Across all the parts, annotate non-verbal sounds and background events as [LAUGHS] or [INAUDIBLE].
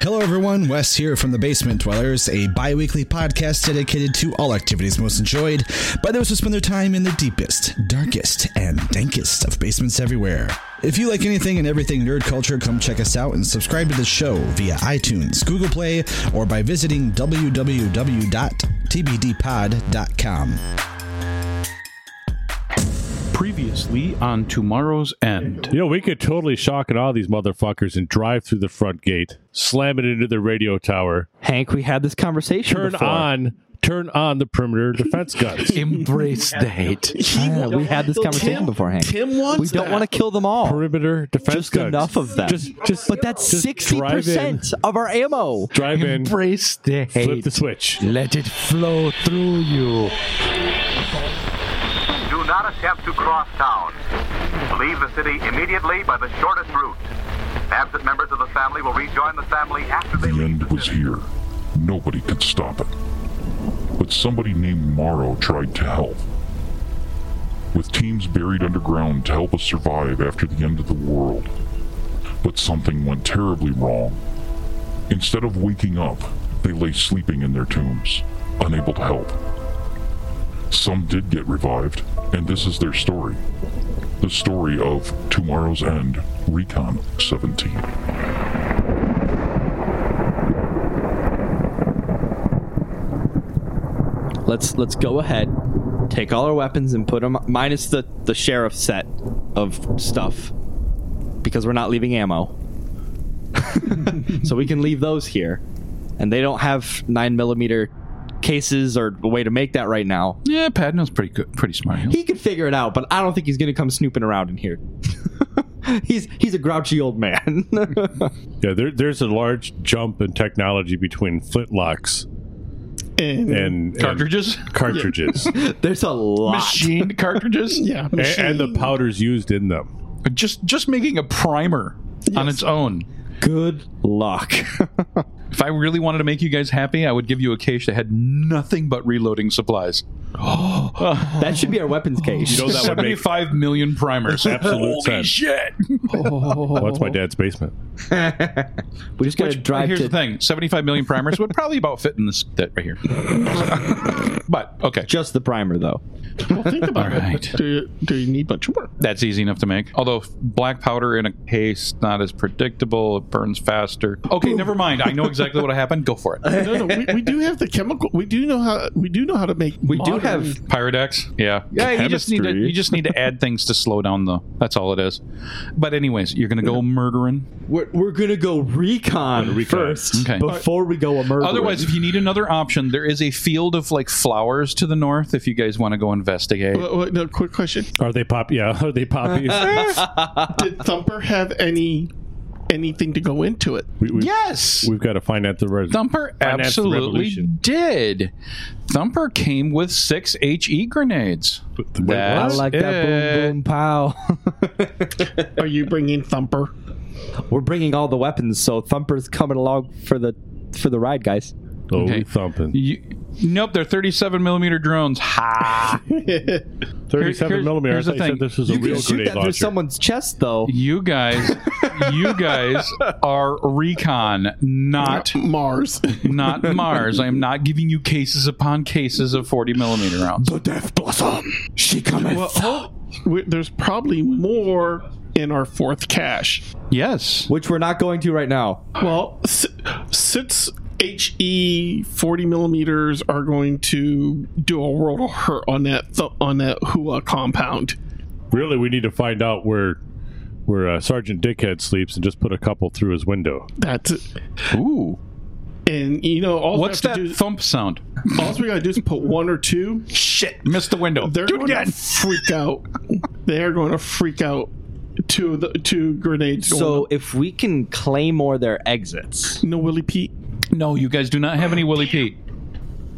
Hello, everyone. Wes here from The Basement Dwellers, a bi weekly podcast dedicated to all activities most enjoyed by those who spend their time in the deepest, darkest, and dankest of basements everywhere. If you like anything and everything nerd culture, come check us out and subscribe to the show via iTunes, Google Play, or by visiting www.tbdpod.com. Previously on Tomorrow's End. You know, we could totally shock and awe these motherfuckers and drive through the front gate, slam it into the radio tower, Hank, we had this conversation. turn [LAUGHS] before. on, turn on the perimeter defense guns. Embrace the hate. [LAUGHS] Yeah, we had this conversation before, Hank. Tim wants we don't want to kill them [LAUGHS] all. perimeter defense just guns. enough of them. Just, just, but that's just sixty percent of our ammo. Drive in, drive embrace the in flip hate. the switch. Let it flow through you. Do not attempt to cross town. Leave the city immediately by the shortest route. Absent members of the family will rejoin the family after they The leave end the was city. here. Nobody could stop it. But somebody named Morrow tried to help. With teams buried underground to help us survive after the end of the world. But something went terribly wrong. Instead of waking up, they lay sleeping in their tombs, unable to help. Some did get revived, and this is their story. The story of Tomorrow's End, Recon 17. Let's let's go ahead, take all our weapons and put them minus the the sheriff set of stuff because we're not leaving ammo. [LAUGHS] so we can leave those here, and they don't have nine millimeter cases or a way to make that right now. Yeah, Padno's pretty good, pretty smart. he could figure it out, but I don't think he's gonna come snooping around in here. [LAUGHS] he's he's a grouchy [LAUGHS] old man. [LAUGHS] Yeah, there, there's a large jump in technology between flintlocks and, and cartridges, and [LAUGHS] cartridges, There's a lot. machined cartridges. Yeah, A- and, the machined. powders used in them. Just just making a primer on its own. Good luck. [LAUGHS] If I really wanted to make you guys happy, I would give you a cache that had nothing but reloading supplies. that should be [GASPS] our weapons case. You know that would make Seventy-five million primers. Absolute Holy sense. shit! well, that's my dad's basement. we just gotta Which, drive here's to. the thing: seventy-five million primers would probably about fit in this that [LAUGHS] right here. but okay, Just the primer, though. well, think about it. Do you, do you need much more? That's easy enough to make. Although black powder in a case not as predictable, it burns faster. Okay, never mind. I know exactly what happened. Go for [LAUGHS] it. No, no. We, we do have the chemical. We do know how. We do know how to make. We do modern- have. Pyrodex. Yeah. Yeah, you just need to Chemistry. you just need to add things to slow down the that's all it is. But anyways, you're gonna go murdering. We're, we're gonna go recon, first Okay. before we go a murder. Otherwise, if you need another option, there is a field of like flowers to the north if you guys want to go investigate. Wait, wait, no, quick question. Are they pop? Yeah, [LAUGHS] are they [LAUGHS] poppies? Did Thumper have any anything to go into it? we, we, Yes. We've got to find out the res- Thumper Finance absolutely revolution. did. Thumper came with six HE grenades. the- I That's like that it. boom boom pow. Are you bringing Thumper? [LAUGHS] we're bringing all the weapons, so Thumper's coming along for the for the ride, guys. Oh, Okay. we thumping. You, nope, they're 37 millimeter drones. Ha! Thirty-seven here's- millimeter. here's the I thought you thing. said this was a You real can shoot grenade that launcher. through someone's chest, though. You guys, [LAUGHS] you guys are recon, not Mars. [LAUGHS] not Mars. I am not giving you cases upon cases of 40 millimeter rounds. well, oh, we, there's probably more in our fourth cache. Yes. Which we're not going to right now. Well, si- since HE 40 millimeters are going to do a world of hurt on that th- on that Hua compound. Really, we need to find out where where uh, Sergeant Dickhead sleeps and just put a couple through his window. That's it. Ooh. And you know, all we What's have that to do- thump sound? All we gotta do is put one or two. Shit! Missed the window. They're Do it going again. to freak out. They are going to freak out. Two of the two grenades. going So up. if we can claymore their exits, no, Willie Pete. No, you guys do not have any Willy Pete.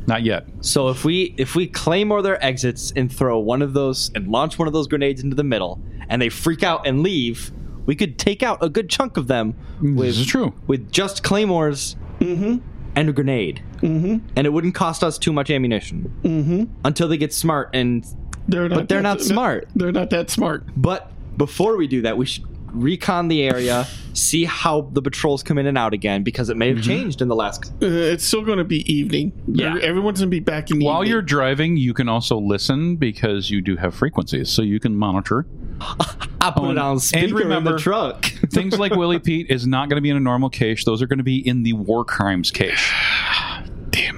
Not yet. so if we if we claymore their exits and throw one of those and launch one of those grenades into the middle, and they freak out and leave, we could take out a good chunk of them with This is true. with just claymores and a grenade, mm-hmm. and it wouldn't cost us too much ammunition mm-hmm. until they get smart. And They're not. But they're that- not that- smart. They're not that smart. but before we do that, we should recon the area, see how the patrols come in and out again because it may have changed in the last. Uh, it's still going to be evening. Yeah. Everyone's going to be back in the While evening. you're driving, you can also listen because you do have frequencies, so you can monitor. I put it on speaker in remember- the truck. [LAUGHS] Things like [LAUGHS] Willie Pete is not going to be in a normal cache. Those are going to be in the war crimes cache.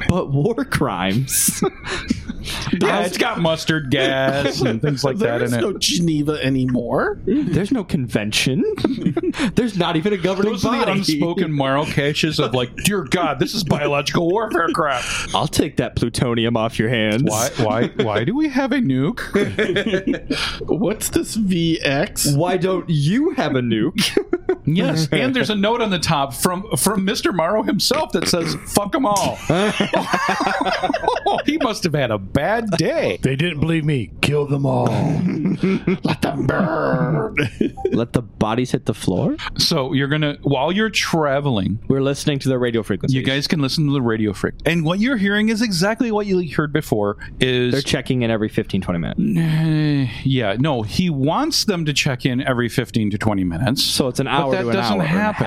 but war crimes. Yeah, it's got mustard gas [LAUGHS] and things like that There in is it. no Geneva anymore. [LAUGHS] There's no convention. [LAUGHS] There's not even a governing Those are the body. unspoken moral caches of like, dear God, this is biological warfare crap. I'll take that plutonium off your hands. [LAUGHS] Why? Why? Why do we have a nuke? What's this VX? Why don't you have a nuke? [LAUGHS] Yes, and there's a note on the top from from Mr. Morrow himself that says, "Fuck them [LAUGHS] all." he must have had a bad day. They didn't believe me. Kill them all. [LAUGHS] Let the bodies hit the floor. So you're gonna while you're traveling, We're listening to the radio frequency. you guys can listen to the radio freak, and what you're hearing is exactly what you heard before. Is They're checking in every 15, 20 minutes. Eh, yeah, no, he wants them to check in every 15 to 20 minutes. So it's an hour that to an doesn't hour and a happen.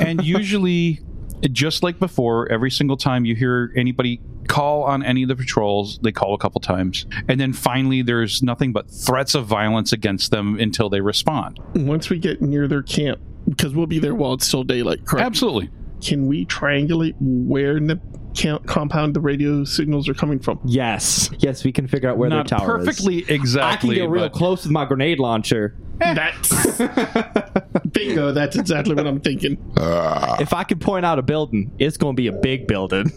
[LAUGHS] and usually, just like before, every single time you hear anybody call on any of the patrols, they call a couple times. And then finally, there's nothing but threats of violence against them until they respond. Once we get near their camp, because we'll be there while it's still daylight, correct? Absolutely. Can we triangulate where in the camp compound the radio signals are coming from? Yes. Yes, we can figure out where Not their tower is. perfectly I can exactly. get real but- close with my grenade launcher. Eh. That's [LAUGHS] bingo. That's exactly what I'm thinking. Ah. If I could point out a building, it's going to be a big building.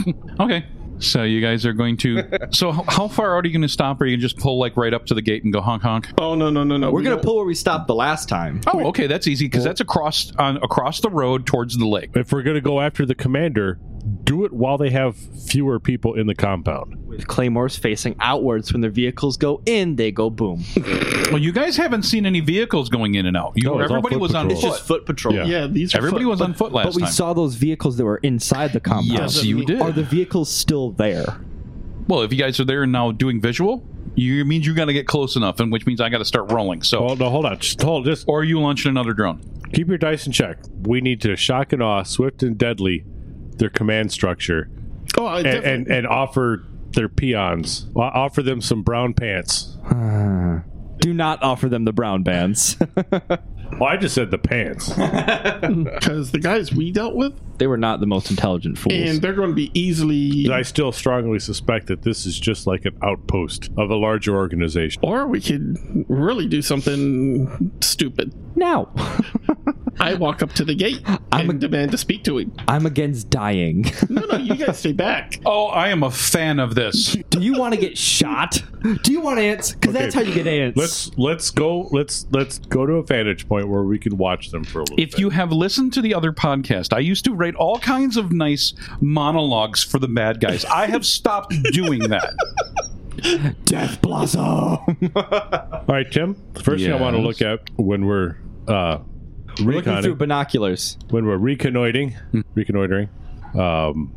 [LAUGHS] Okay. So you guys are going [LAUGHS] to. So h- how far out are you going to stop? Or are you just pull like right up to the gate and go honk honk? Oh no no no no. We're We going to don't- pull where we stopped the last time. Oh, okay, that's easy because that's across on across the road towards the lake. if we're going to go after the commander, do it while they have fewer people in the compound. With claymores facing outwards, when their vehicles go in, they go [LAUGHS] boom. Well, you guys haven't seen any vehicles going in and out. You, No, it's all everybody foot was on patrol. foot. It's Just foot patrol. Yeah. Yeah, these. Are everybody fun. was on foot last But we time. saw those vehicles that were inside the compound. yes, you did. Are the vehicles still there? well, if you guys are there and now doing visual, you it means you got to get close enough, and which means I got to start rolling. So, Oh no, hold on. Just hold. Just or you launching another drone? keep your dice in check. We need to shock and awe, swift and deadly, their command structure, Oh, I and definitely- and, and offer their peons. O- Offer them some brown pants. Do not offer them the brown bands. [LAUGHS] Well, I just said the pants. because the guys we dealt with, they were not the most intelligent fools. and they're going to be easily. I still strongly suspect that this is just like an outpost of a larger organization. Or we could really do something stupid. now, [LAUGHS] I walk up to the gate and demand to speak to him. I'm against dying. [LAUGHS] No, no, you guys stay [LAUGHS] back. Oh, I am a fan of this. Do you want to get shot? Do you want ants? Because that's how you get ants. Let's let's go let's let's go to a vantage point where we can watch them for a little. If you have listened to the other podcast, I used to write all kinds of nice monologues for the bad guys. I have stopped doing that. Death [LAUGHS] blossom. All right, Tim. The first thing I want to Yes. look at when we're uh, Looking through Hmm. reconning, binoculars. when we're reconnoitering, reconnoitering, um,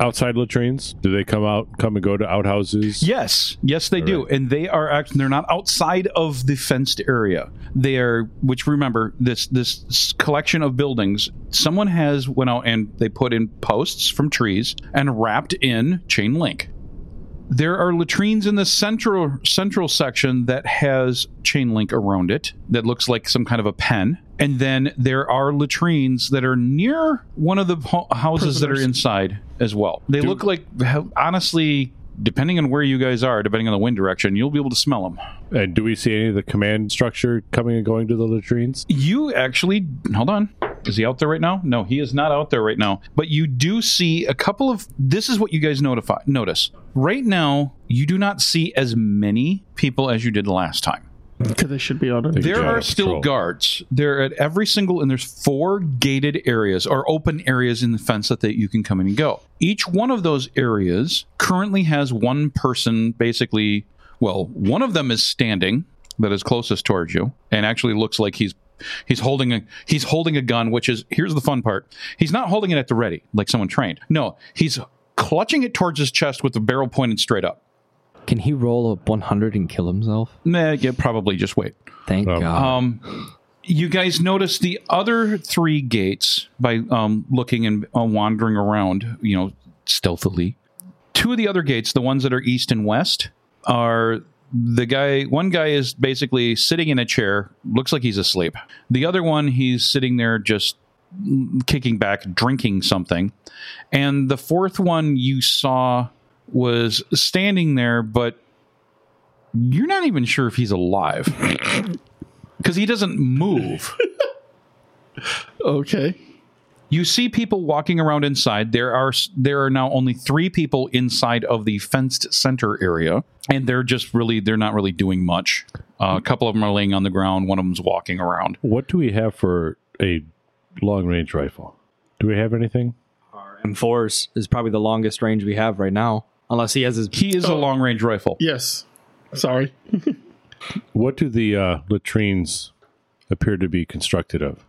outside latrines. Do they come out, come and go to outhouses? Yes, yes, they do, and they are act. They're not outside of the fenced area. They are, which remember this this s- collection of buildings. Someone has went out and they put in posts from trees and wrapped in chain link. There are latrines in the central central section that has chain link around it that looks like some kind of a pen. And then there are latrines that are near one of the ho- houses that are inside as well. They look like honestly, depending on where you guys are, depending on the wind direction, you'll be able to smell them. And do we see any of the command structure coming and going to the latrines? You actually, hold on. Is he out there right now? No, he is not out there right now. But you do see a couple of. This is what you guys notify notice right now. You do not see as many people as you did last time. Because they should be on it. There Job are of still patrol. guards. They're at every single, and there's four gated areas or open areas in the fence that, that you can come in and go. Each one of those areas currently has one person basically, well, one of them is standing that is closest towards you and actually looks like he's he's holding a he's holding a gun which is here's the fun part he's not holding it at the ready like someone trained no he's clutching it towards his chest with the barrel pointed straight up Can he roll a 100 and kill himself? Nah, yeah, probably just wait. Thank God. Um, you guys notice the other three gates by um, looking and uh, wandering around, you know, stealthily. Two of the other gates, the ones that are east and west, are the guy. One guy is basically sitting in a chair, looks like he's asleep. The other one, he's sitting there just mm, kicking back, drinking something. And the fourth one you saw was standing there, but you're not even sure if he's alive because he doesn't move. Okay. you see people walking around inside. There are there are now only three people inside of the fenced center area, and they're just really they're not really doing much. Uh, a couple of them are laying on the ground. One of them's walking around. What do we have for a long range rifle? Do we have anything? M4s is probably the longest range we have right now. Unless he has his. He is a long range rifle. Yes. Sorry. What do the uh, latrines appear to be constructed of?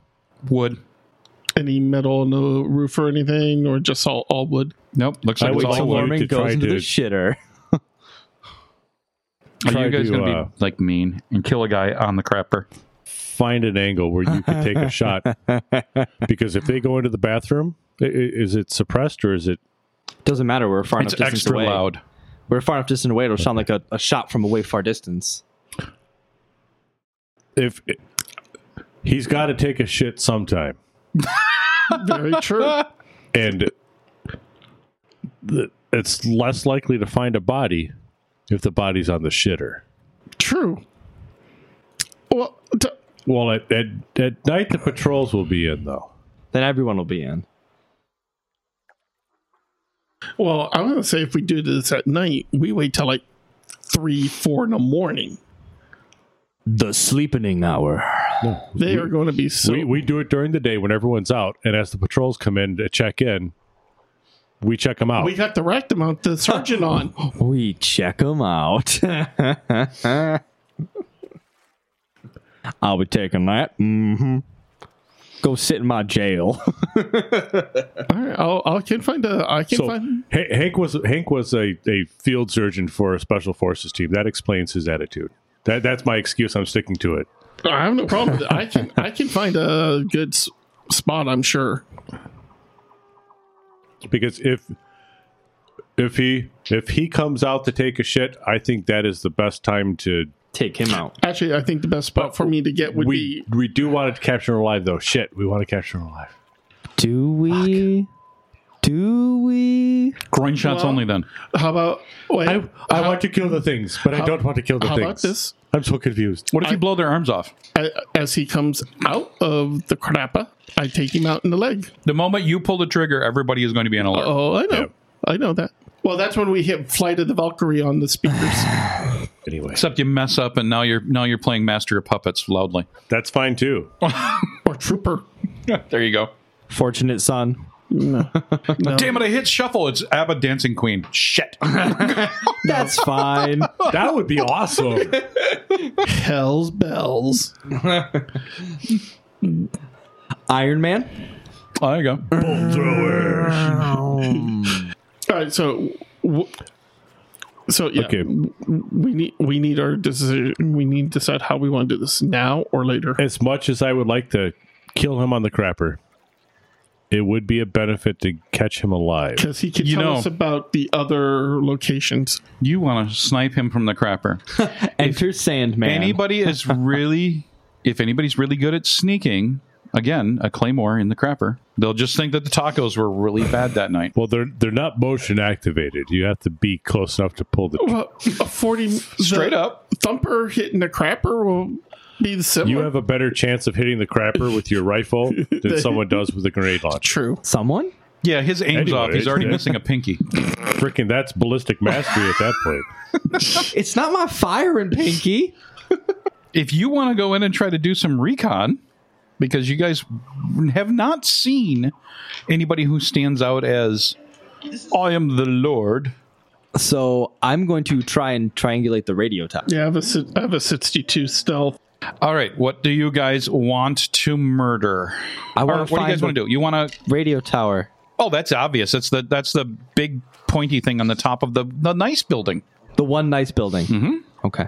Wood. Any metal on the roof or anything, or just all, all wood? Nope. Looks I like it's would all like wood. to try Norman goes into to- the shitter. Are try you guys to, going to uh, be like mean and kill a guy on the crapper? Find an angle where you could take a [LAUGHS] shot, because if they go into the bathroom, i- i- is it suppressed or is it? Doesn't matter. We're far It's enough distance extra away. loud. We're far enough distance away. It'll sound like a, a shot from a way far distance. If it, he's got to take a shit sometime, Very true. [LAUGHS] and the, it's less likely to find a body if the body's on the shitter. true. Well, t- Well, at, at at night the patrols will be in though. Then everyone will be in. well, I'm gonna say if we do this at night, we wait till like three, four in the morning. The sleepening hour. They are going to be so. we we do it during the day when everyone's out, and as the patrols come in to check in, we check them out. we got the rack amount [LAUGHS] the sergeant on. We check them out. [LAUGHS] I'll be taking that. Mm-hmm. Go sit in my jail. [LAUGHS] All right, I'll, I can find a. I can so find. Ha- Hank was Hank was a, a field surgeon for a special forces team. That explains his attitude. That that's my excuse. I'm sticking to it. I have no problem. With it. I can. I can find a good s- spot. I'm sure. because if if he if he comes out to take a shit, I think that is the best time to. Take him out. Actually, I think the best spot for me to get would we be. we do want to capture him alive though. Shit, we want to capture him alive. Do we? Do we? Groin shots Well, only then. How about? Wait, I I want to kill the things, but I don't want to kill the how things. about this? I'm so confused. What if you blow their arms off? I, as he comes out of the crappa, I take him out in the leg. The moment you pull the trigger, everybody is going to be on alert. Oh, I know. I know that. Well, that's when we hit Flight of the Valkyrie on the speakers. [SIGHS] Anyway, Except you mess up, and now you're now you're playing Master of Puppets loudly. that's fine too. or Trooper. There you go. Fortunate son. Damn it! I hit shuffle. It's ABBA Dancing Queen. Shit. That's [LAUGHS] fine. That [LAUGHS] would be awesome. Hell's bells. Iron Man. Oh, there you go. All right, so. W- so yeah, Okay. we need we need our decision. We need to decide how we want to do this now or later. As much as I would like to kill him on the crapper, it would be a benefit to catch him alive. because he could You tell know- us about the other locations. You want to snipe him from the crapper. Enter Sandman. Anybody is really, if anybody's really good at sneaking, again, a claymore in the crapper. They'll just think that the tacos were really bad that night. Well, they're they're not motion activated. You have to be close enough to pull the. [LAUGHS] Well, a forty Straight up. thumper hitting the crapper will be the similar. You have a better chance of hitting the crapper with your rifle than someone does with a grenade launcher. True. Someone? Yeah, his aim's Anyway, off. He's [LAUGHS] already yeah. missing a pinky. Freaking, that's ballistic mastery at that point. It's not my firing pinky. If you want to go in and try to do some recon, because you guys have not seen anybody who stands out as I am the Lord. So I'm going to try and triangulate the radio tower. Yeah, I have a si- I have a sixty-two stealth. All right, what do you guys want to murder? I Or what want to do you find guys the want to do? You want to radio tower. Oh, that's obvious. That's the that's the big pointy thing on the top of the the nice building. The one nice building. Mm-hmm. Okay.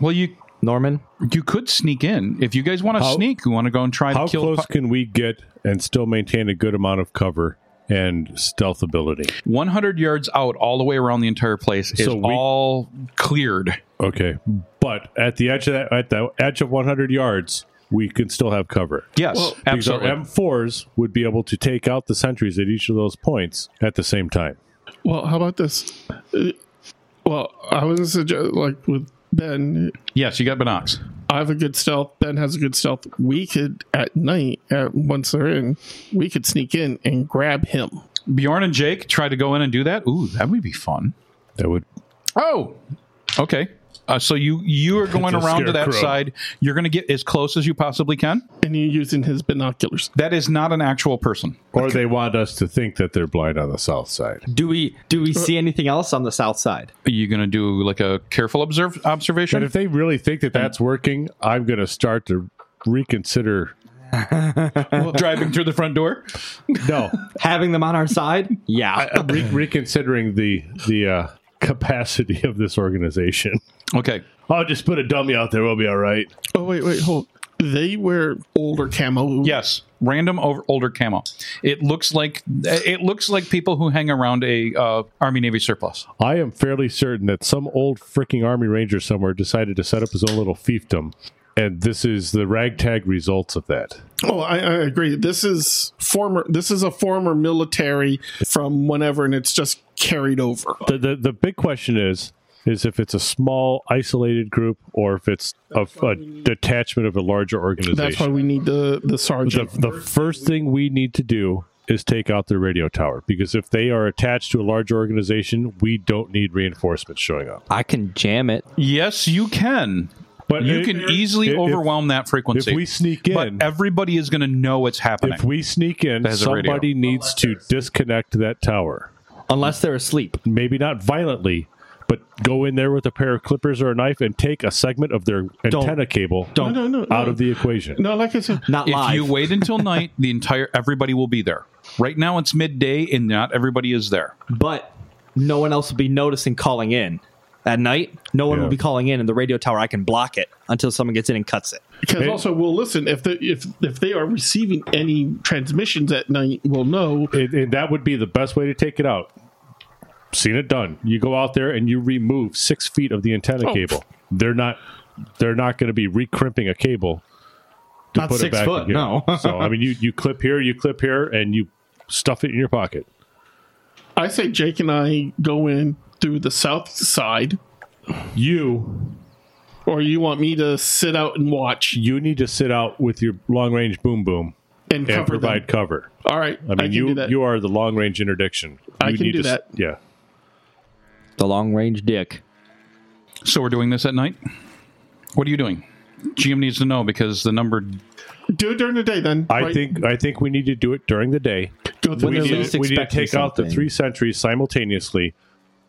Well, you Norman, you could sneak in if you guys want to How- sneak. You want to go and try How to kill. close pi- can we get and still maintain a good amount of cover and stealth ability? 100 yards out, all the way around the entire place is So we- all cleared. Okay, but at the edge of that, at the edge of 100 yards, we can still have cover. Yes, Because our absolutely. M4s would be able to take out the sentries at each of those points at the same time. Well, how about this? Uh, Well, I was suggest like with Ben, yes, you got binocs. I have a good stealth. Ben has a good stealth. We could at night, at, once they're in, we could sneak in and grab him. Bjorn and Jake try to go in and do that. Ooh, that would be fun. That would Oh, okay. Uh, so you you [LAUGHS] are going It's a around to that scarecrow. side. You're going to get as close as you possibly can. And you're using his binoculars. That is not an actual person. Or they want us to think that they're blind on the south side. do we do we see anything else on the south side? Are you going to do like a careful observe But observation? if they really think that that's working, I'm going to start to reconsider. [LAUGHS] Driving through the front door. No, Having them on our side? Yeah. I'm re- reconsidering the the uh, capacity of this organization. Okay. I'll just put a dummy out there. We'll be all right. Oh wait, wait, hold. They wear older camo. Yes. Random over older camo. It looks like it looks like people who hang around a uh, Army Navy surplus. I am fairly certain that some old freaking army ranger somewhere decided to set up his own little fiefdom, and this is the ragtag results of that. Oh, I, I agree. This is former. This is a former military from whenever, and it's just carried over. The the, the big question is is if it's a small isolated group or if it's a, a detachment of a larger organization. That's why we need the the the, sergeant. the first thing we need to do is take out their radio tower because if they are attached to a large organization, we don't need reinforcements showing up. I can jam it. Yes, you can. But You if- can easily if- overwhelm that If frequency. we sneak in, but everybody is going to know what's happening. if we sneak in, That has a radio. somebody needs to disconnect that tower. Unless they're asleep. Maybe not violently, but go in there with a pair of clippers or a knife and take a segment of their antenna cable don't. No, no, no. out of the equation. no, like I said, Not if live. you wait until night, the entire everybody will be there. Right now it's midday and not everybody is there. but no one else will be noticing calling in. At night, no one Yeah. will be calling in, and the radio tower I can block it until someone gets in and cuts it. because also we'll listen if the if if they are receiving any transmissions at night, we'll know. And- and that would be the best way to take it out. Seen it done. You go out there and you remove six feet of the antenna Oh. cable. They're not. They're not going to be recrimping a cable to Not six foot, again. no. [LAUGHS] so I mean, you you clip here, you clip here, and you stuff it in your pocket. I say Jake and I go in through the south side, You or you want me to sit out and watch you need to sit out with your long range boom boom and and cover provide them. cover. All right, I mean, can you do that. you are the long range interdiction. I You can need do to s- that. Yeah. The long range dick. So we're doing this at night? What are you doing? GM needs to know because the number do it during the day then. I right? think I think we need to do it during the day. go through we they're the need, least we need to expecting take out the something. three sentries simultaneously.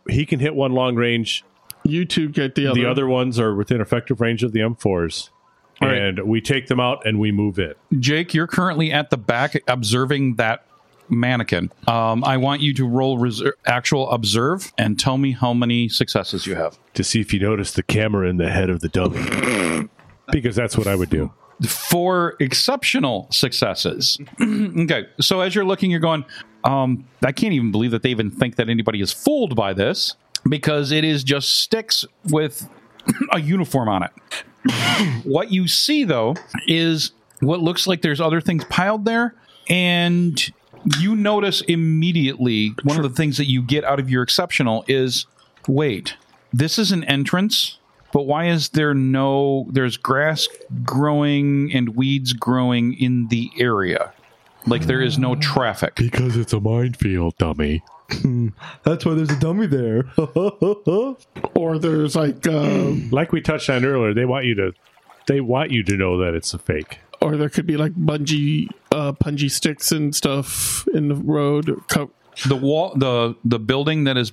He can hit one long range. You two get the other. The other ones are within effective range of the M4s. right. And we take them out and we move in. Jake, you're currently at the back observing that mannequin. Um, I want you to roll reser actual observe and tell me how many successes you have. To see if you notice the camera in the head of the dummy. because that's what I would do. Four exceptional successes. [CLEARS THROAT] okay, so as you're looking, you're going, um, I can't even believe that they even think that anybody is fooled by this because it is just sticks with [CLEARS THROAT] a uniform on it. [CLEARS THROAT] what you see, though, is what looks like there's other things piled there, and you notice immediately one of the things that you get out of your exceptional is wait, this is an entrance. But why is there no there's grass growing and weeds growing in the area? Like there is no traffic. Because it's a minefield, dummy. That's why there's a dummy there. or there's like, uh, Like we touched on earlier, they want you to they want you to know that it's a fake. or there could be like bungee, uh, bungee sticks and stuff in the road. Co- the wall the the building that is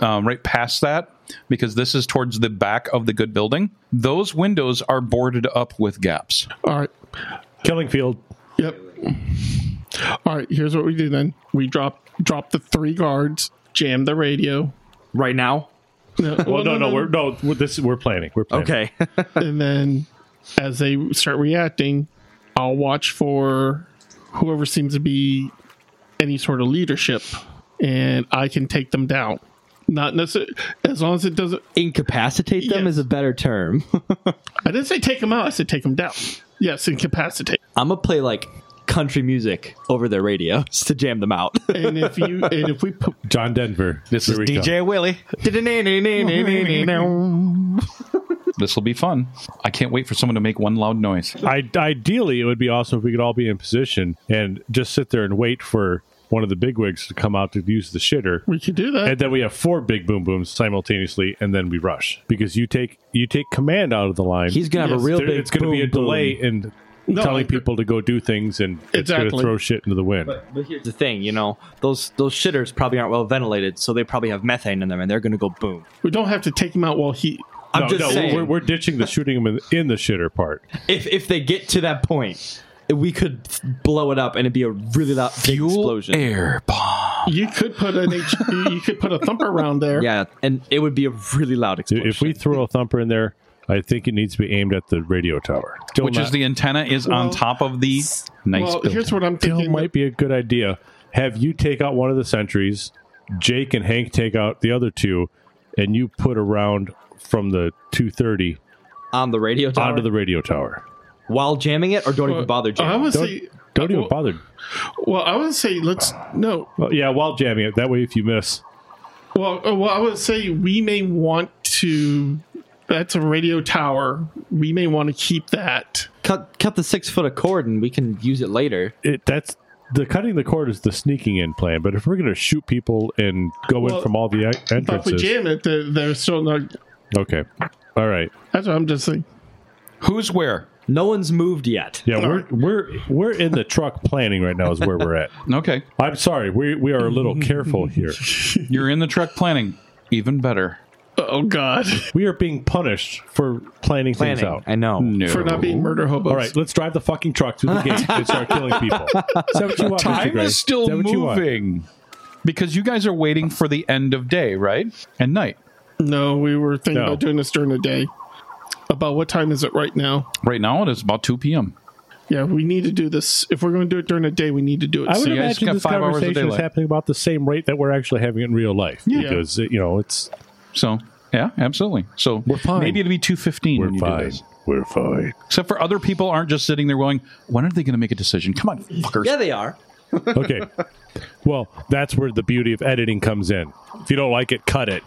um, right past that because this is towards the back of the good building those windows are boarded up with gaps All right. Killing field. Yep. All right. Here's what we do then. We drop drop the three guards, jam the radio. right now, No, Well, no, no, we're no. We're, this we're planning. We're planning. Okay. [LAUGHS] and then as they start reacting, I'll watch for whoever seems to be any sort of leadership, and I can take them down. Not necessarily as long as it doesn't. Incapacitate them Yes. is a better term. [LAUGHS] I didn't say take them out. I said take them down. Yes, incapacitate. I'm gonna play like country music over their radios to jam them out. And if you and if we put John Denver. This is Willie. This will be fun. I can't wait for someone to make one loud noise. I, ideally, it would be awesome if we could all be in position and just sit there and wait for one of the bigwigs to come out to use the shitter. we could do that, and then we have four big boom booms simultaneously, and then we rush because you take you take command out of the line. [LAUGHS] He's gonna have Yes, a real There- big. it's going to be a boom, boom. delay in No, telling I- people to go do things, and it's going to Exactly. throw shit into the wind. But here's the thing, you know, those those shitters probably aren't well ventilated, so they probably have methane in them, and they're gonna go boom. we don't have to take him out while he. I'm no, just no, saying, we're, we're ditching the shooting him in, in the shitter [LAUGHS] part. if if they get to that point, we could blow it up, and it'd be a really loud big explosion. air bomb. You could put an H, you could put a thumper around there. Yeah, and it would be a really loud explosion. If we throw a thumper in there, I think it needs to be aimed at the radio tower. Still Which not- is the antenna is on top of the nice well, building. here's what I'm still [LAUGHS] thinking. might be a good idea. Have you take out one of the sentries, Jake and Hank take out the other two, and you put a round from the 230 on the radio tower onto the uh, radio tower. while jamming it, or don't even bother I jamming. would Don't, say. don't even well- bother. Well, I would say let's no. Well, yeah, while jamming it. That way, if you miss, Well, uh, well, I would say we may want to. That's a radio tower. We may want to keep that. cut cut the six foot of cord, and we can use it later. it, that's the cutting the cord is the sneaking in plan. But if we're going to shoot people and go Well, in from all the e- But if we entrances, jam it, they're, they're still not. okay, all right. That's what I'm just saying. Who's where? No one's moved yet. Yeah, we're we're we're in the truck planning right now. Is where we're at. Okay. I'm sorry, we we are a [LAUGHS] little careful here. You're in the truck planning. Even better. Oh God! [LAUGHS] We are being punished for planning, things Planning, out. Mm, I know. No. For not being murder hobos. All right, let's drive the fucking truck through the [LAUGHS] gate and start killing people. Is that what you want, Mr. Time Gray? is still that what you want? moving. Because you guys are waiting for the end of day, right? And night. No, we were thinking No. about doing this during the day. About what time is it right now? Right now it is about 2 p.m. Yeah, we need to do this. If we're going to do it during the day, we need to do it. I would soon. you guys imagine got this five hours of conversation is daylight. happening about the same rate that we're actually having it in real life. Yeah. Because, you know, it's. So, yeah, absolutely. So, we're fine. maybe it'll be 2:15 when you do this. We're fine. Except for other people aren't just sitting there going, "When are they going to make a decision?" Come on, fuckers. Yeah, they are. Okay. well, that's where the beauty of editing comes in. If you don't like it, cut it.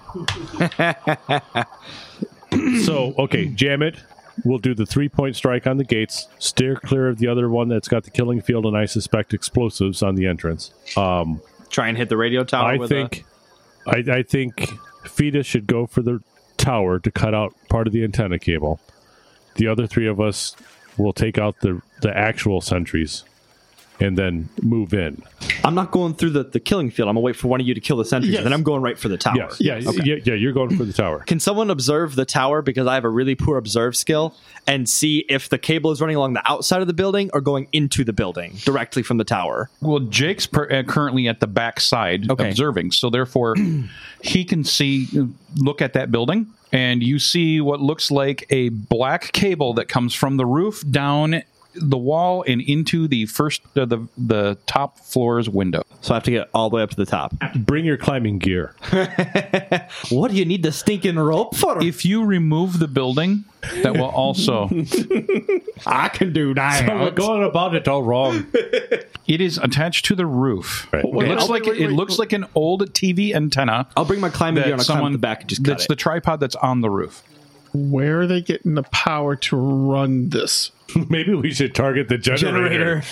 so, okay, jam it. We'll do the three point strike on the gates. Steer clear of the other one that's got the killing field and I suspect explosives on the entrance. Um, Try and hit the radio tower. I with think, I I think Fita should go for the tower to cut out part of the antenna cable. The other three of us will take out the the actual sentries, and then move in. A, I'm not going through the, the killing field. I'm gonna wait for one of you to kill the sentries, Yes. and then I'm going right for the tower. Yes, yeah, Okay. yeah, yeah. You're going for the tower. Can someone observe the tower because I have a really poor observe skill and see if the cable is running along the outside of the building or going into the building directly from the tower? Well, Jake's per, uh, currently at the back side Okay. observing, so [CLEARS THROAT] therefore he can see, look at that building, and you see what looks like a black cable that comes from the roof down the wall and into the first uh, the the top floor's window. So I have to get all the way up to the top. Bring your climbing gear. What do you need the stinking rope for? If you remove the building, that will [LAUGHS] also I can do that. We're going about it all wrong. it is attached to the roof. Right. It looks wait, like wait, it wait. looks like an old TV antenna. I'll bring my climbing gear That and I'll climb up someone the back and just cut that's it. the tripod that's on the roof. Where are they getting the power to run this? [LAUGHS] Maybe we should target the generator. generator.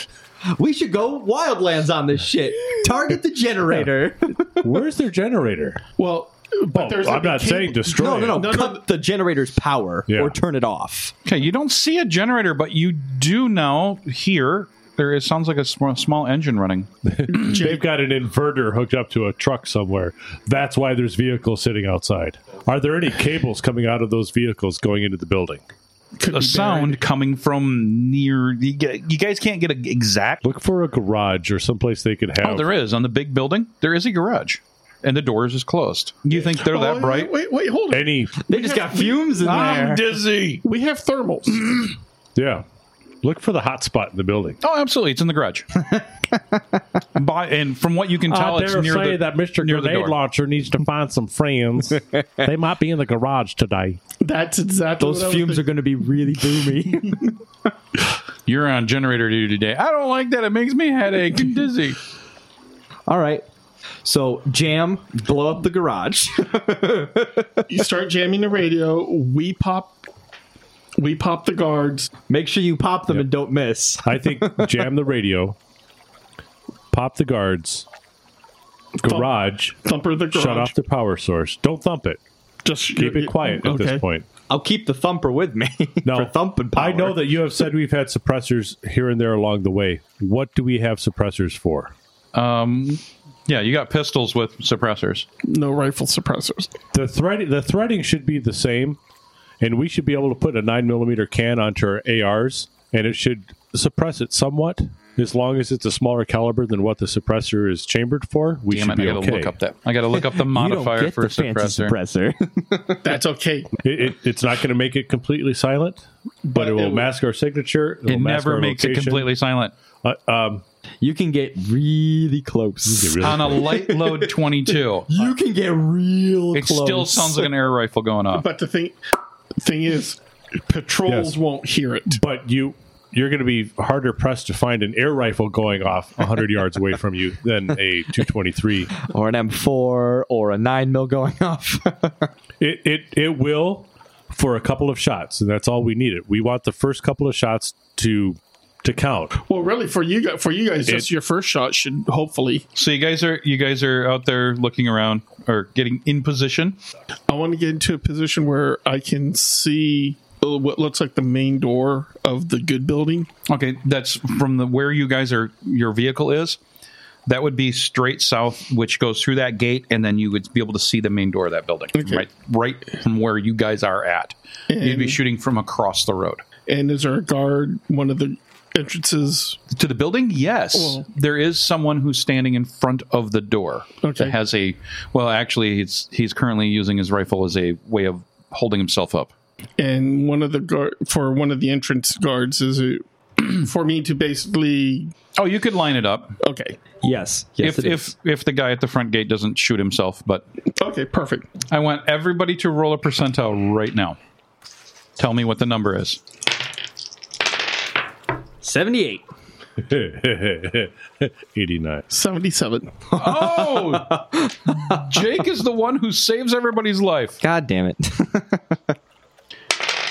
We should go wildlands on this shit. Target the [LAUGHS] generator. [LAUGHS] Where's their generator? Well, but Oh, there's. a I'm big not cable- saying destroy. no, no, no, it. No, no. Cut the generator's power Yeah. or turn it off. Okay, you don't see a generator, but you do now hear there is sounds like a small, small engine running. They've got an inverter hooked up to a truck somewhere. That's why there's vehicles sitting outside. Are there any cables coming out of those vehicles going into the building? could A be sound coming from near. You, get, you guys can't get an exact. Look for a garage or someplace they could have. Oh, there is on the big building. There is a garage. and the doors is closed. You think they're that Oh, bright? Wait, wait, hold on. Any, They just got fumes in there. dizzy. We have thermals. yeah. Look for the hot spot in the building. Oh, absolutely. It's in the [LAUGHS] garage. By, and from what you Uh, can tell, it's near the, near the door. Launcher needs to find some friends. [LAUGHS] they might be in the garage today. That's exactly Those fumes are going to be really [LAUGHS] boomy. You're on generator duty today. I don't like that. It makes me headache and [LAUGHS] dizzy. All right. So jam, blow up the garage. [LAUGHS] You start jamming the radio. We pop. We pop the guards. Make sure you pop them and don't miss. I think jam the radio, pop the guards, garage, Thumper the garage. shut off the power source. Don't thump it. Just Keep it quiet at Okay. this point. I'll keep the thumper with me [LAUGHS] No. Uh, for thumping power. I know that you have said we've had suppressors here and there along the way. What do we have suppressors for? Um, yeah, you got pistols with suppressors. No rifle suppressors. The threading the threading should be the same, and we should be able to put a nine millimeter can onto our ARs, and it should suppress it somewhat. As long as it's a smaller caliber than what the suppressor is chambered for, we Damn should it! I be gotta okay. look up that. I gotta look up the [LAUGHS] You don't modifier get for the fancy suppressor. suppressor. [LAUGHS] That's okay. It, it, it's not going to make it completely silent, but, it will mask our signature. will It mask never our makes it location. completely silent. Uh, um, you can get really close. really On a [LAUGHS] light load 22, You can get real it close. still sounds like an air rifle going off. But the thing, thing is, patrols Yes. won't hear it. but you you're going to be harder pressed to find an air rifle going off 100 yards away from you than a 223 or an M4 or a nine mil going [LAUGHS] off. it it it will for a couple of shots and that's all we need it we want the first couple of shots to to count [LAUGHS] Well, really, for you guys, for you guys, just your first shot should hopefully. So you guys are you guys are out there looking around or getting in position. I want to get into a position where I can see uh, what looks like the main door of the good building. Okay, that's from the where you guys are your vehicle is. That would be straight south, which goes through that gate, and then you would be able to see the main door of that building. Right right from where you guys are at. You'd be shooting from across the road. And is there a guard? One of the entrances. To the building? Yes. Oh, Well- there is someone who's standing in front of the door. Okay. That has a well, actually he's he's currently using his rifle as a way of holding himself up. and one of the guard for one of the entrance guards is a, [CLEARS THROAT] for me to basically Oh, you could line it up. okay yes. Yes. if it is. if if the guy at the front gate doesn't shoot himself, but okay perfect I want everybody to roll a percentile right now. Tell me what the number is. 78. 89 77 Oh, [LAUGHS] Jake is the one who saves everybody's life. God damn [LAUGHS] it.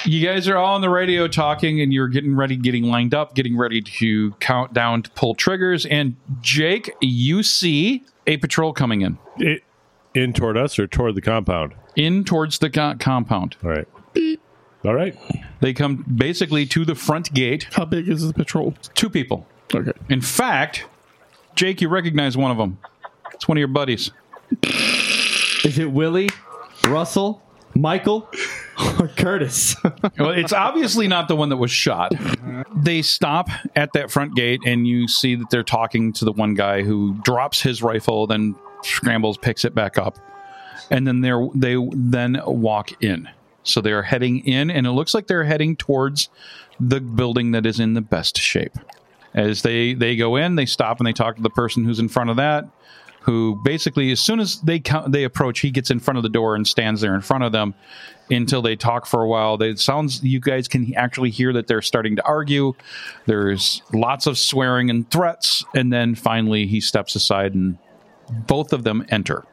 You guys are all on the radio talking, and you're getting ready, getting lined up, getting ready to count down to pull triggers. And Jake, you see a patrol coming in, it in toward us or toward the compound in towards the co- compound. all right all right They come basically to the front gate. how big is the patrol Two people. okay In fact, Jake, you recognize one of them. It's one of your buddies. Is it Willie, Russell, Michael, or Curtis? Well, it's obviously not the one that was shot. They stop at that front gate, and you see that they're talking to the one guy who drops his rifle, then scrambles, picks it back up, and then they they then walk in. So they are heading in, and it looks like they're heading towards the building that is in the best shape. As they they go in, they stop and they talk to the person who's in front of that who basically as soon as they count, they approach he gets in front of the door and stands there in front of them until they talk for a while they it sounds you guys can actually hear that they're starting to argue there's lots of swearing and threats and then finally he steps aside and both of them enter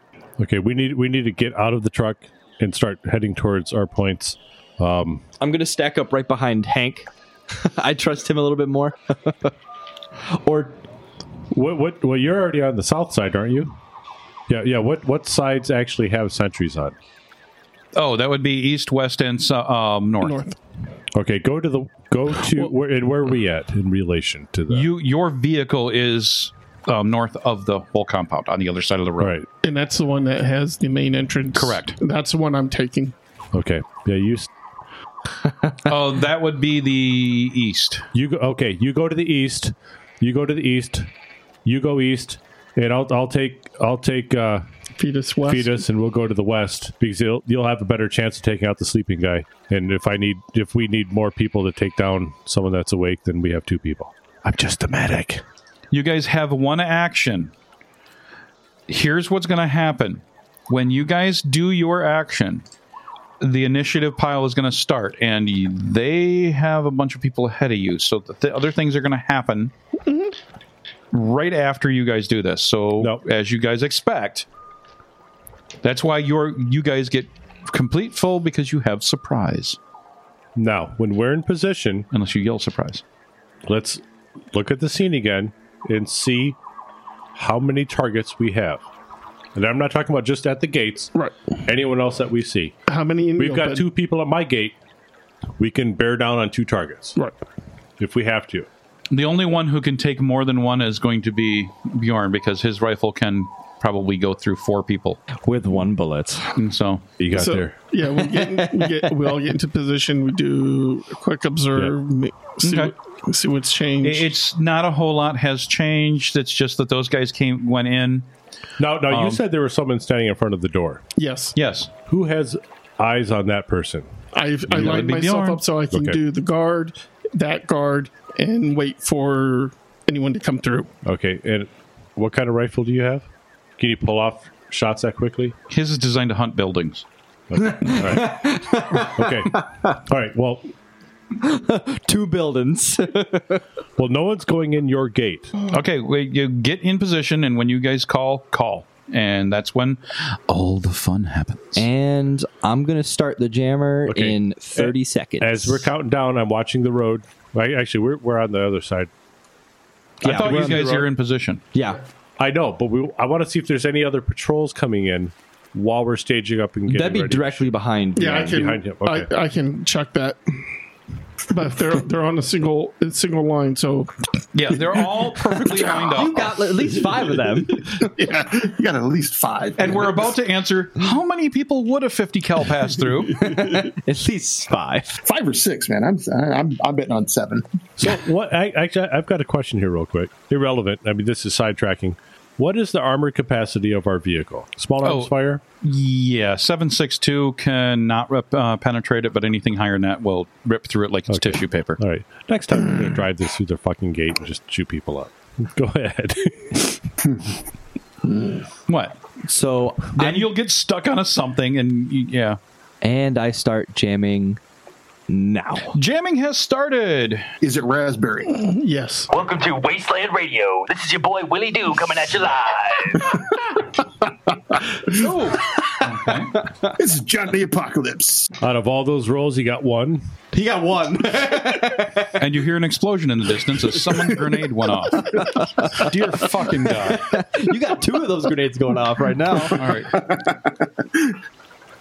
okay we need we need to get out of the truck and start heading towards our points I'm going to stack up right behind Hank. [LAUGHS] I trust him a little bit more. [LAUGHS] or What? What? Well, you're already on the south side, aren't you? Yeah, yeah. What? What sides actually have sentries on? oh that would be east west and so- um, north. north Okay, go to the go to where and where are we at in relation to that? you your vehicle is um, north of the whole compound on the other side of the road All right. and that's the one that has the main entrance Correct. that's the one i'm taking Okay. Yeah. You. s- oh that would be the east You go. Okay. You go to the east. You go to the east. You go east, and I'll I'll take I'll take uh, Fetus West. fetus and we'll go to the west because you'll you'll have a better chance of taking out the sleeping guy and if i need if we need more people to take down someone that's awake then we have two people i'm just a medic You guys have one action. Here's what's going to happen. When you guys do your action, the initiative pile is going to start, and y- they have a bunch of people ahead of you. So the th- other things are going to happen right after you guys do this. So Nope. as you guys expect, that's why you're you guys get complete full because you have surprise. now when we're in position Unless you yell surprise. let's look at the scene again and see how many targets we have and i'm not talking about just at the gates Right. anyone else that we see How many in the we've got open? two people at my gate we can bear down on two targets Right. if we have to The only one who can take more than one is going to be Bjorn because his rifle can probably go through four people. with one bullet. And so, you got So there yeah, we get, we get we all get into position. We do a quick observe, ma- see, Okay. what, see what's changed. it- it's not a whole lot has changed. It's just that those guys came went in. now now you Um, said there was someone standing in front of the door yes, Yes. who has eyes on that person I've, I That would lined be myself Bjorn. up so I can Okay. do the guard, that guard, and wait for anyone to come through. Okay, and what kind of rifle do you have? Can you pull off shots that quickly? His is designed to hunt buildings. Okay. All right. Well, Two [LAUGHS] buildings. well, no one's going in your gate. Okay, well, you get in position and when you guys call, call. And that's when all the fun happens. and I'm gonna start the jammer Okay. in 30 A- seconds. As we're counting down, I'm watching the road. Right, actually, we're we're on the other side. I thought we're you on the guys road. are in position. yeah, I know, but we I want to see if there's any other patrols coming in while we're staging up and getting that'd be ready. directly behind. Yeah, I me. can. behind him, okay. I, I can check that. But if they're they're on a single a single line, so Yeah, they're all perfectly lined up. You got at least five of them. [LAUGHS] [LAUGHS] Yeah, you got at least [LAUGHS] five. and we're about to answer how many people would a 50 cal pass through? at least five. five or six, man. I'm I'm I'm betting on seven. So what? I, actually, I've got a question here, real quick. Irrelevant. I mean, this is sidetracking. What is the armored capacity of our vehicle? Small arms Oh. fire. Yeah, seven six two cannot rip, uh, penetrate it, but anything higher than that will rip through it like it's tissue paper. All right. Next time we're gonna drive this through their fucking gate and just shoot people up. [LAUGHS] Go ahead. [LAUGHS] What? So Then I'm- you'll get stuck on a something, and you, yeah, and I start jamming now. jamming has started. Is it raspberry? yes, Welcome to Wasteland Radio. This is your boy Willie Doo coming at you live. this is Johnny Apocalypse. Out of all those rolls, you got one. He got one. [LAUGHS] and you hear an explosion in the distance as someone's grenade went off. Dear fucking god! [LAUGHS] you got two of those grenades going off right now. All right, [LAUGHS]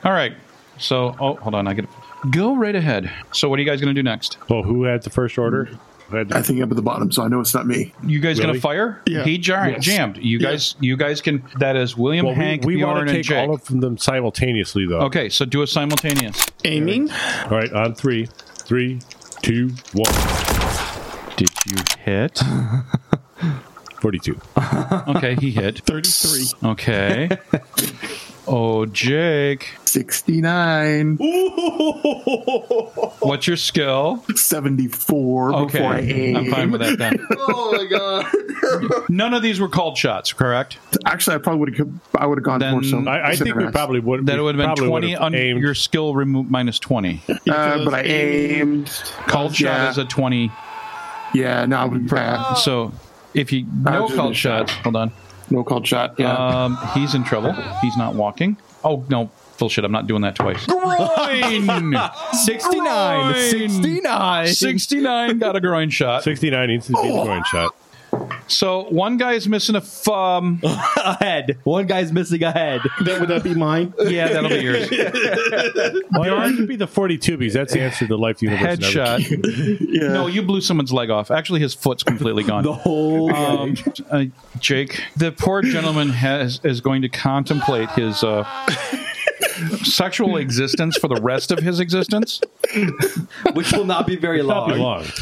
all right. So, oh, hold on, I get go right ahead. So, what are you guys gonna do next? Well, who had the first order? Who had I the- think up at the bottom, so I know it's not me. You guys Really? gonna fire? Yeah. He jar- Yes. jammed. You guys, you guys can. That is William, well, Hank, we, we Bjorn, want to and take Jake. all of them simultaneously, though. Okay, so do a simultaneous. aiming. All right. On three, three, two, one. Did you hit? Forty-two. [LAUGHS] Okay, he hit. 33. Okay. Oh, Jake, Sixty-nine, what's your skill? seventy-four. Okay, before I aim. I'm fine with that then. [LAUGHS] Oh my god! [LAUGHS] None of these were called shots, correct? Actually, I probably would have. I would have gone Then for some. I, I think we synchronized. probably would. That we would have been probably 20 would've on aimed. your skill remove minus 20. Uh, but I aimed. Called shot Yeah. is a 20. Yeah, no, I would, uh, So if you I'll no do called this. shots, hold on. no called shot. Yeah, Um, he's in trouble. He's not walking. Oh, no. Bullshit, I'm not doing that twice. [LAUGHS] Groin! 69. Groin! 69. 69 got a groin shot. Sixty-nine needs to be Oh. the coin shot. So one guy's missing a. F- um, a head. One guy's missing a head. That would that Oh, be mine? yeah, [LAUGHS] that'll be yours. Well, it should be the forty-two because that's the answer to life, universe, and everything. headshot. No, you blew someone's leg off. Actually, his foot's completely [LAUGHS] gone. The whole. um, uh, Jake, the poor gentleman has is going to contemplate his uh, sexual existence for the rest of his existence, which will not be very long.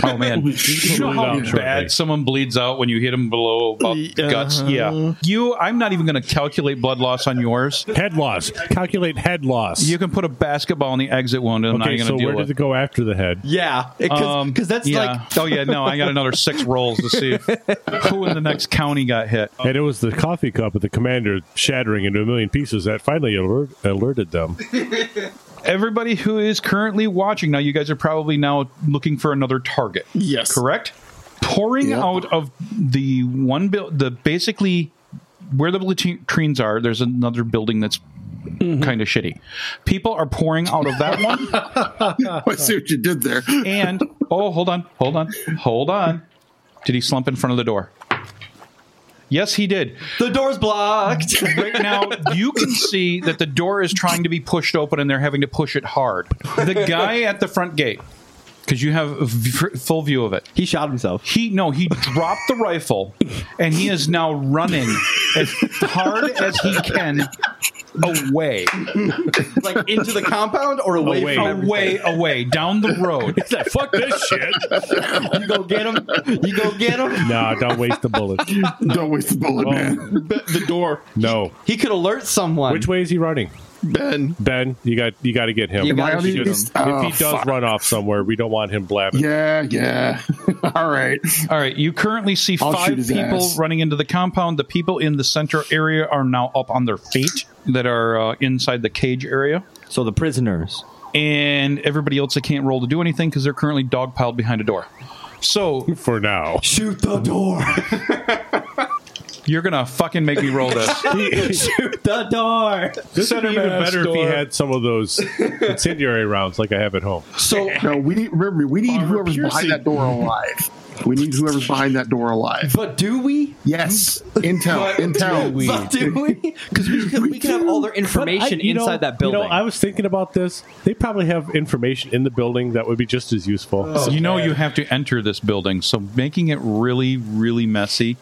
Oh man, you know how bad someone bleeds out when you hit him below about guts. Yeah, you. I'm not even going to calculate blood loss on yours. Head loss. Calculate head loss. You can put a basketball in the exit wound. And I'm not okay, going to so deal where with. did it go after the head? Yeah, Um, yeah. [LAUGHS] oh yeah, no, I got another six rolls to see who in the next county got hit. And it was the coffee cup with the commander shattering into a million pieces that finally alert, alerted [LAUGHS] them. Everybody who is currently watching now, you guys are probably now looking for another target. Yes, correct. Pouring out of the one build, the basically where the latrines are. There's another building that's kind of shitty. People are pouring out of that one. uh, [LAUGHS] I see what you [LAUGHS] did there. And oh, hold on, hold on, hold on. Did he slump in front of the door? Yes, he did. The [LAUGHS] door's [LAUGHS] blocked. Right now, you can see that the door is trying to be pushed open, and they're having to push it hard. The guy at the front gate, because you have a v- full view of it. He shot himself. He no, he dropped the rifle, and he is now running as hard as he can away like into the compound or away, away, from everything? away, away, down the road. Fuck this shit. [LAUGHS] You go get him. You go get [LAUGHS] him. nah, don't waste the bullet. Don't waste the bullet, man. the door. No. He could alert someone. Which way is he running? Ben, Ben, you got you got to get him. You If gotta Am I on the shoot him. east? Oh, he does fuck. run off somewhere, we don't want him blabbing. Yeah, yeah. [LAUGHS] All right. All right, you currently see I'll five shoot his people ass. running into the compound. The people in the center area are now up on their feet that are uh, inside the cage area. So the prisoners. And everybody else that can't roll to do anything because they're currently dogpiled behind a door. So For now. Shoot the door. you're going to fucking make me roll [LAUGHS] this. [LAUGHS] Shoot the door. This would be even Center mass better if he door. had some of those incendiary rounds like I have at home. So [LAUGHS] No, we need, remember, we need Armor whoever's piercing. behind that door alive. We need whoever's behind that door alive. But do we? Yes, intel, But intel. Do we? But do we? Because we, can- we can have all their information But I- you know- inside that building. You know, I was thinking about this. They probably have information in the building that would be just as useful. you know you have to enter this building, so making it really, really messy.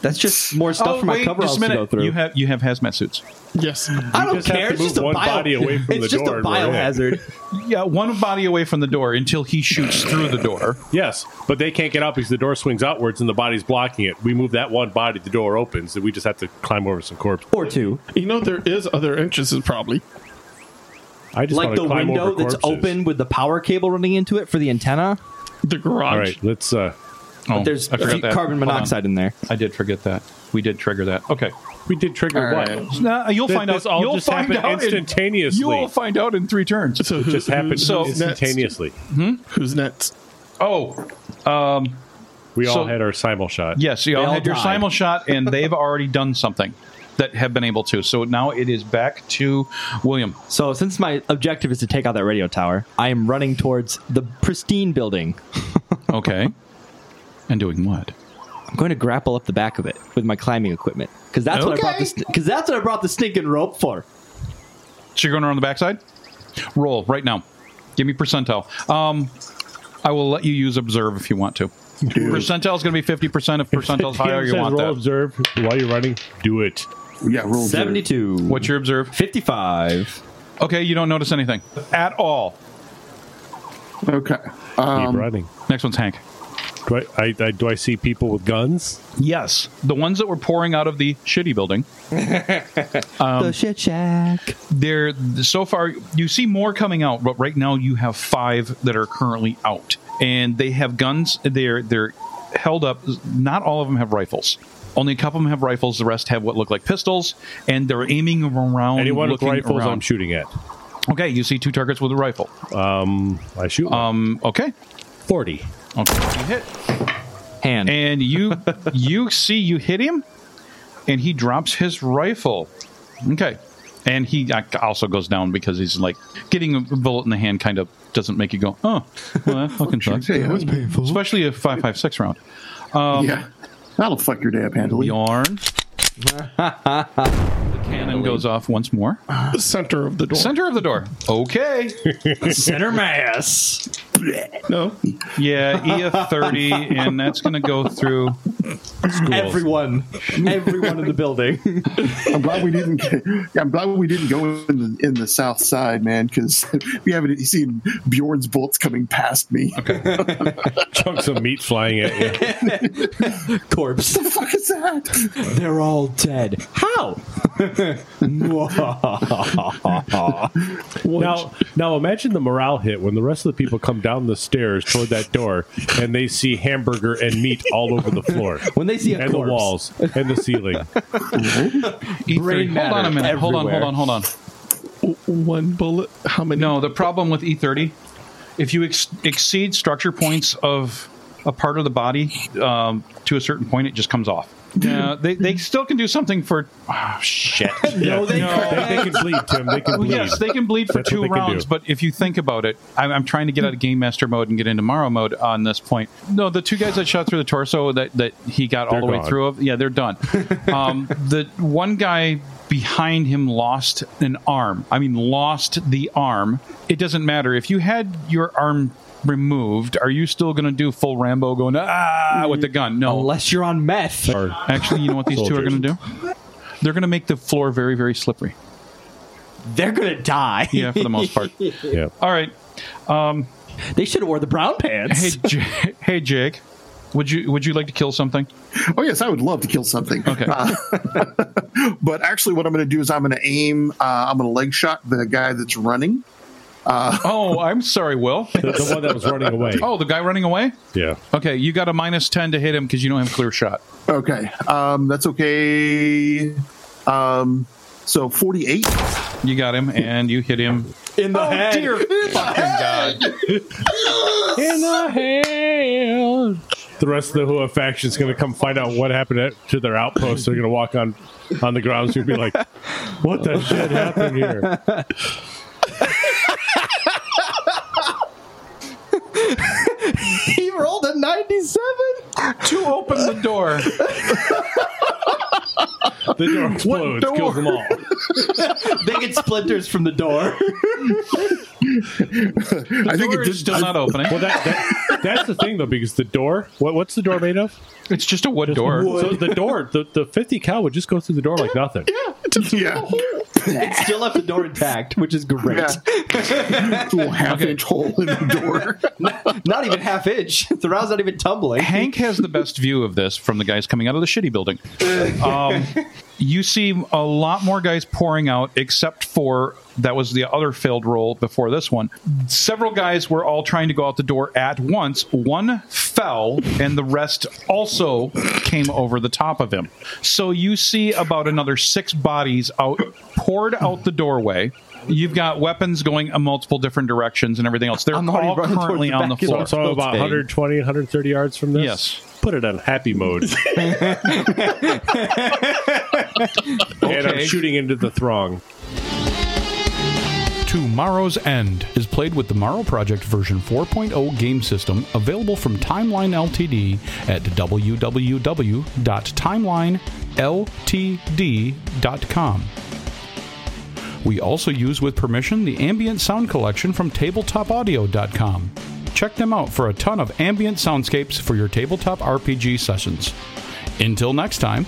That's just more stuff for my Oh, just coveralls a to minute. go through. You have you have hazmat suits. yes, I don't just have care. to It's just move a one bio, body away from it's the just door a and we're in. biohazard. Yeah, one body away from the door until he shoots through the door. yes, but they can't get out because the door swings outwards and the body's blocking it. We move that one body, the door opens, and we just have to climb over some corpse. [LAUGHS] or two. you know there is other entrances probably. I just Like wanna the climb window over that's corpses. open with the power cable running into it for the antenna. The garage. All right, let's. uh Oh, There's I a forgot few that. carbon Hold on. monoxide in there. I did forget that. We did trigger that. Okay. We did trigger All what? right. Nah, you'll Th- find this out. all you'll just find happened out in- instantaneously. you'll find out in three turns. So who, Just happened who's So- next? instantaneously. Who's next? Oh, We all So- had our simul shot. yes. You They all all had your died. simul shot, [LAUGHS] and they've already done something that have been able to. So now it is back to William. So since my objective is to take out that radio tower, I am running towards the pristine building. Okay. and doing what? I'm going to grapple up the back of it with my climbing equipment because that's what I brought Okay. this because that's what I brought the stinking rope for. So you're going around the backside? Roll right now. Give me percentile. Um, I will let you use observe if you want to. Percentile is going to be 50%. [LAUGHS] If percentile's higher, you says, want roll that. observe while you're running. Do it. Yeah, roll observe. Seventy-two. What's your observe? fifty-five? Okay, you don't notice anything at all. Okay. Um, Keep running. Next one's Hank. Do I, I, I do I see people with guns? Yes. The ones that were pouring out of the shitty building. the shit shack. They're so far you see more coming out, but right now you have five that are currently out. And they have guns. They're they're held up. Not all of them have rifles. Only a couple of them have rifles. The rest have what look like pistols, and they're aiming around. Anyone with looking rifles? around. I'm shooting at. Okay, you see two targets with a rifle. I shoot. one. Um, okay, Forty. okay, you hit, Hand. and you you see you hit him, and he drops his rifle. Okay, and he ac- also goes down because he's like getting a bullet in the hand kind of doesn't make you go, oh, well, that fucking sucks. Hey, that was painful. Especially a five five six round. yeah. That'll fuck your day up handily. [LAUGHS] Yarn. the cannon goes off once more. The center of the door. Center of the door. Okay. Center mass. No, E Yeah, EF thirty, and that's gonna go through. [LAUGHS] Everyone, everyone in the building. [LAUGHS] I'm glad we didn't. I'm glad we didn't go in the, in the south side, man, because [LAUGHS] we haven't seen Bjorn's bolts coming past me. [LAUGHS] Chunks of meat [LAUGHS] flying at you. Corpse. the fuck is that? They're all dead. [LAUGHS] How? Now, now imagine the morale hit when the rest of the people come down the stairs toward that door and they see hamburger and meat all over the floor [LAUGHS] when they see a and the corpse, walls and the [LAUGHS] ceiling. Brain E3. E Hold on a matter minute. Hold on, hold everywhere. on, hold on. W- One bullet. How many? No, the problem with E30, if you ex- exceed structure points of a part of the body um, to a certain point, it just comes off. Yeah, they, they still can do something for. Oh, shit. no, they can't. Oh, they, can bleed, Tim. They can Well, bleed. yes, they can bleed for That's what two they can rounds, do. but if you think about it, I'm, I'm trying to get out of game master mode and get into Morrow mode on this point. No, the two guys that shot through the torso that, that he got all They're the gone. way through of, yeah, they're [LAUGHS] done. um, the one guy behind him lost an arm. I mean, lost the arm. It doesn't matter if you had your arm removed. Are you still going to do full Rambo going ah with the gun? No, unless you're on meth. Or- actually, you know what these two are Soldiers. going to do? They're going to make the floor very very slippery. They're gonna die. Yeah, for the most [LAUGHS] part. yeah. All right. [LAUGHS] They should have wore the brown pants. Hey, J- hey, Jake. Would you would you like to kill something? Oh yes, I would love to kill something. Okay. Uh, [LAUGHS] but actually, what I'm going to do is I'm going to aim. Uh, I'm going to leg shot the guy that's running. Oh, I'm sorry, Will. The, the one that was running away. Oh, the guy running away. Yeah. Okay, you got a minus ten to hit him because you don't have clear shot. Okay, um, that's okay. Um, so 48. You got him, and you hit him. in the head. In the hell. The rest of the Hua faction's going to come find out what happened at, to their outpost. They're going to walk on on the grounds and be like, "What the shit happened here?" He rolled a 97. To open the door. The door explodes, door? kills them all. [LAUGHS] They get splinters from [LAUGHS] the door. I think Door it is did. still I- not opening. Well, that, that that's the thing though, because the door. What, what's the door made of? It's just a wood door. So the door, the, the fifty cow would just go through the door like nothing. yeah, it still left the door intact, which is great. yeah. little half inch hole in the door. Not even half inch. [LAUGHS] The round's not even tumbling. Hank has the best view of this from the guys coming out of the shitty building. Um, you see a lot more guys pouring out, except for that was the other failed roll before this one. Several guys were all trying to go out the door at once. One fell, and the rest also came over the top of him. So you see about another six bodies out poured out the doorway. You've got weapons going in multiple different directions and everything else. They're I'm already all running towards currently the on the back of the floor. So I'm about 120, 130 yards from this. Yes. Put it on happy [LAUGHS] mode. And I'm Okay. shooting into the throng. To Morrow's End is played with the Morrow Project version 4.0 game system available from Timeline LTD at www.timelineltd.com. We also use with permission the ambient sound collection from tabletopaudio.com. Check them out for a ton of ambient soundscapes for your tabletop RPG sessions. Until next time,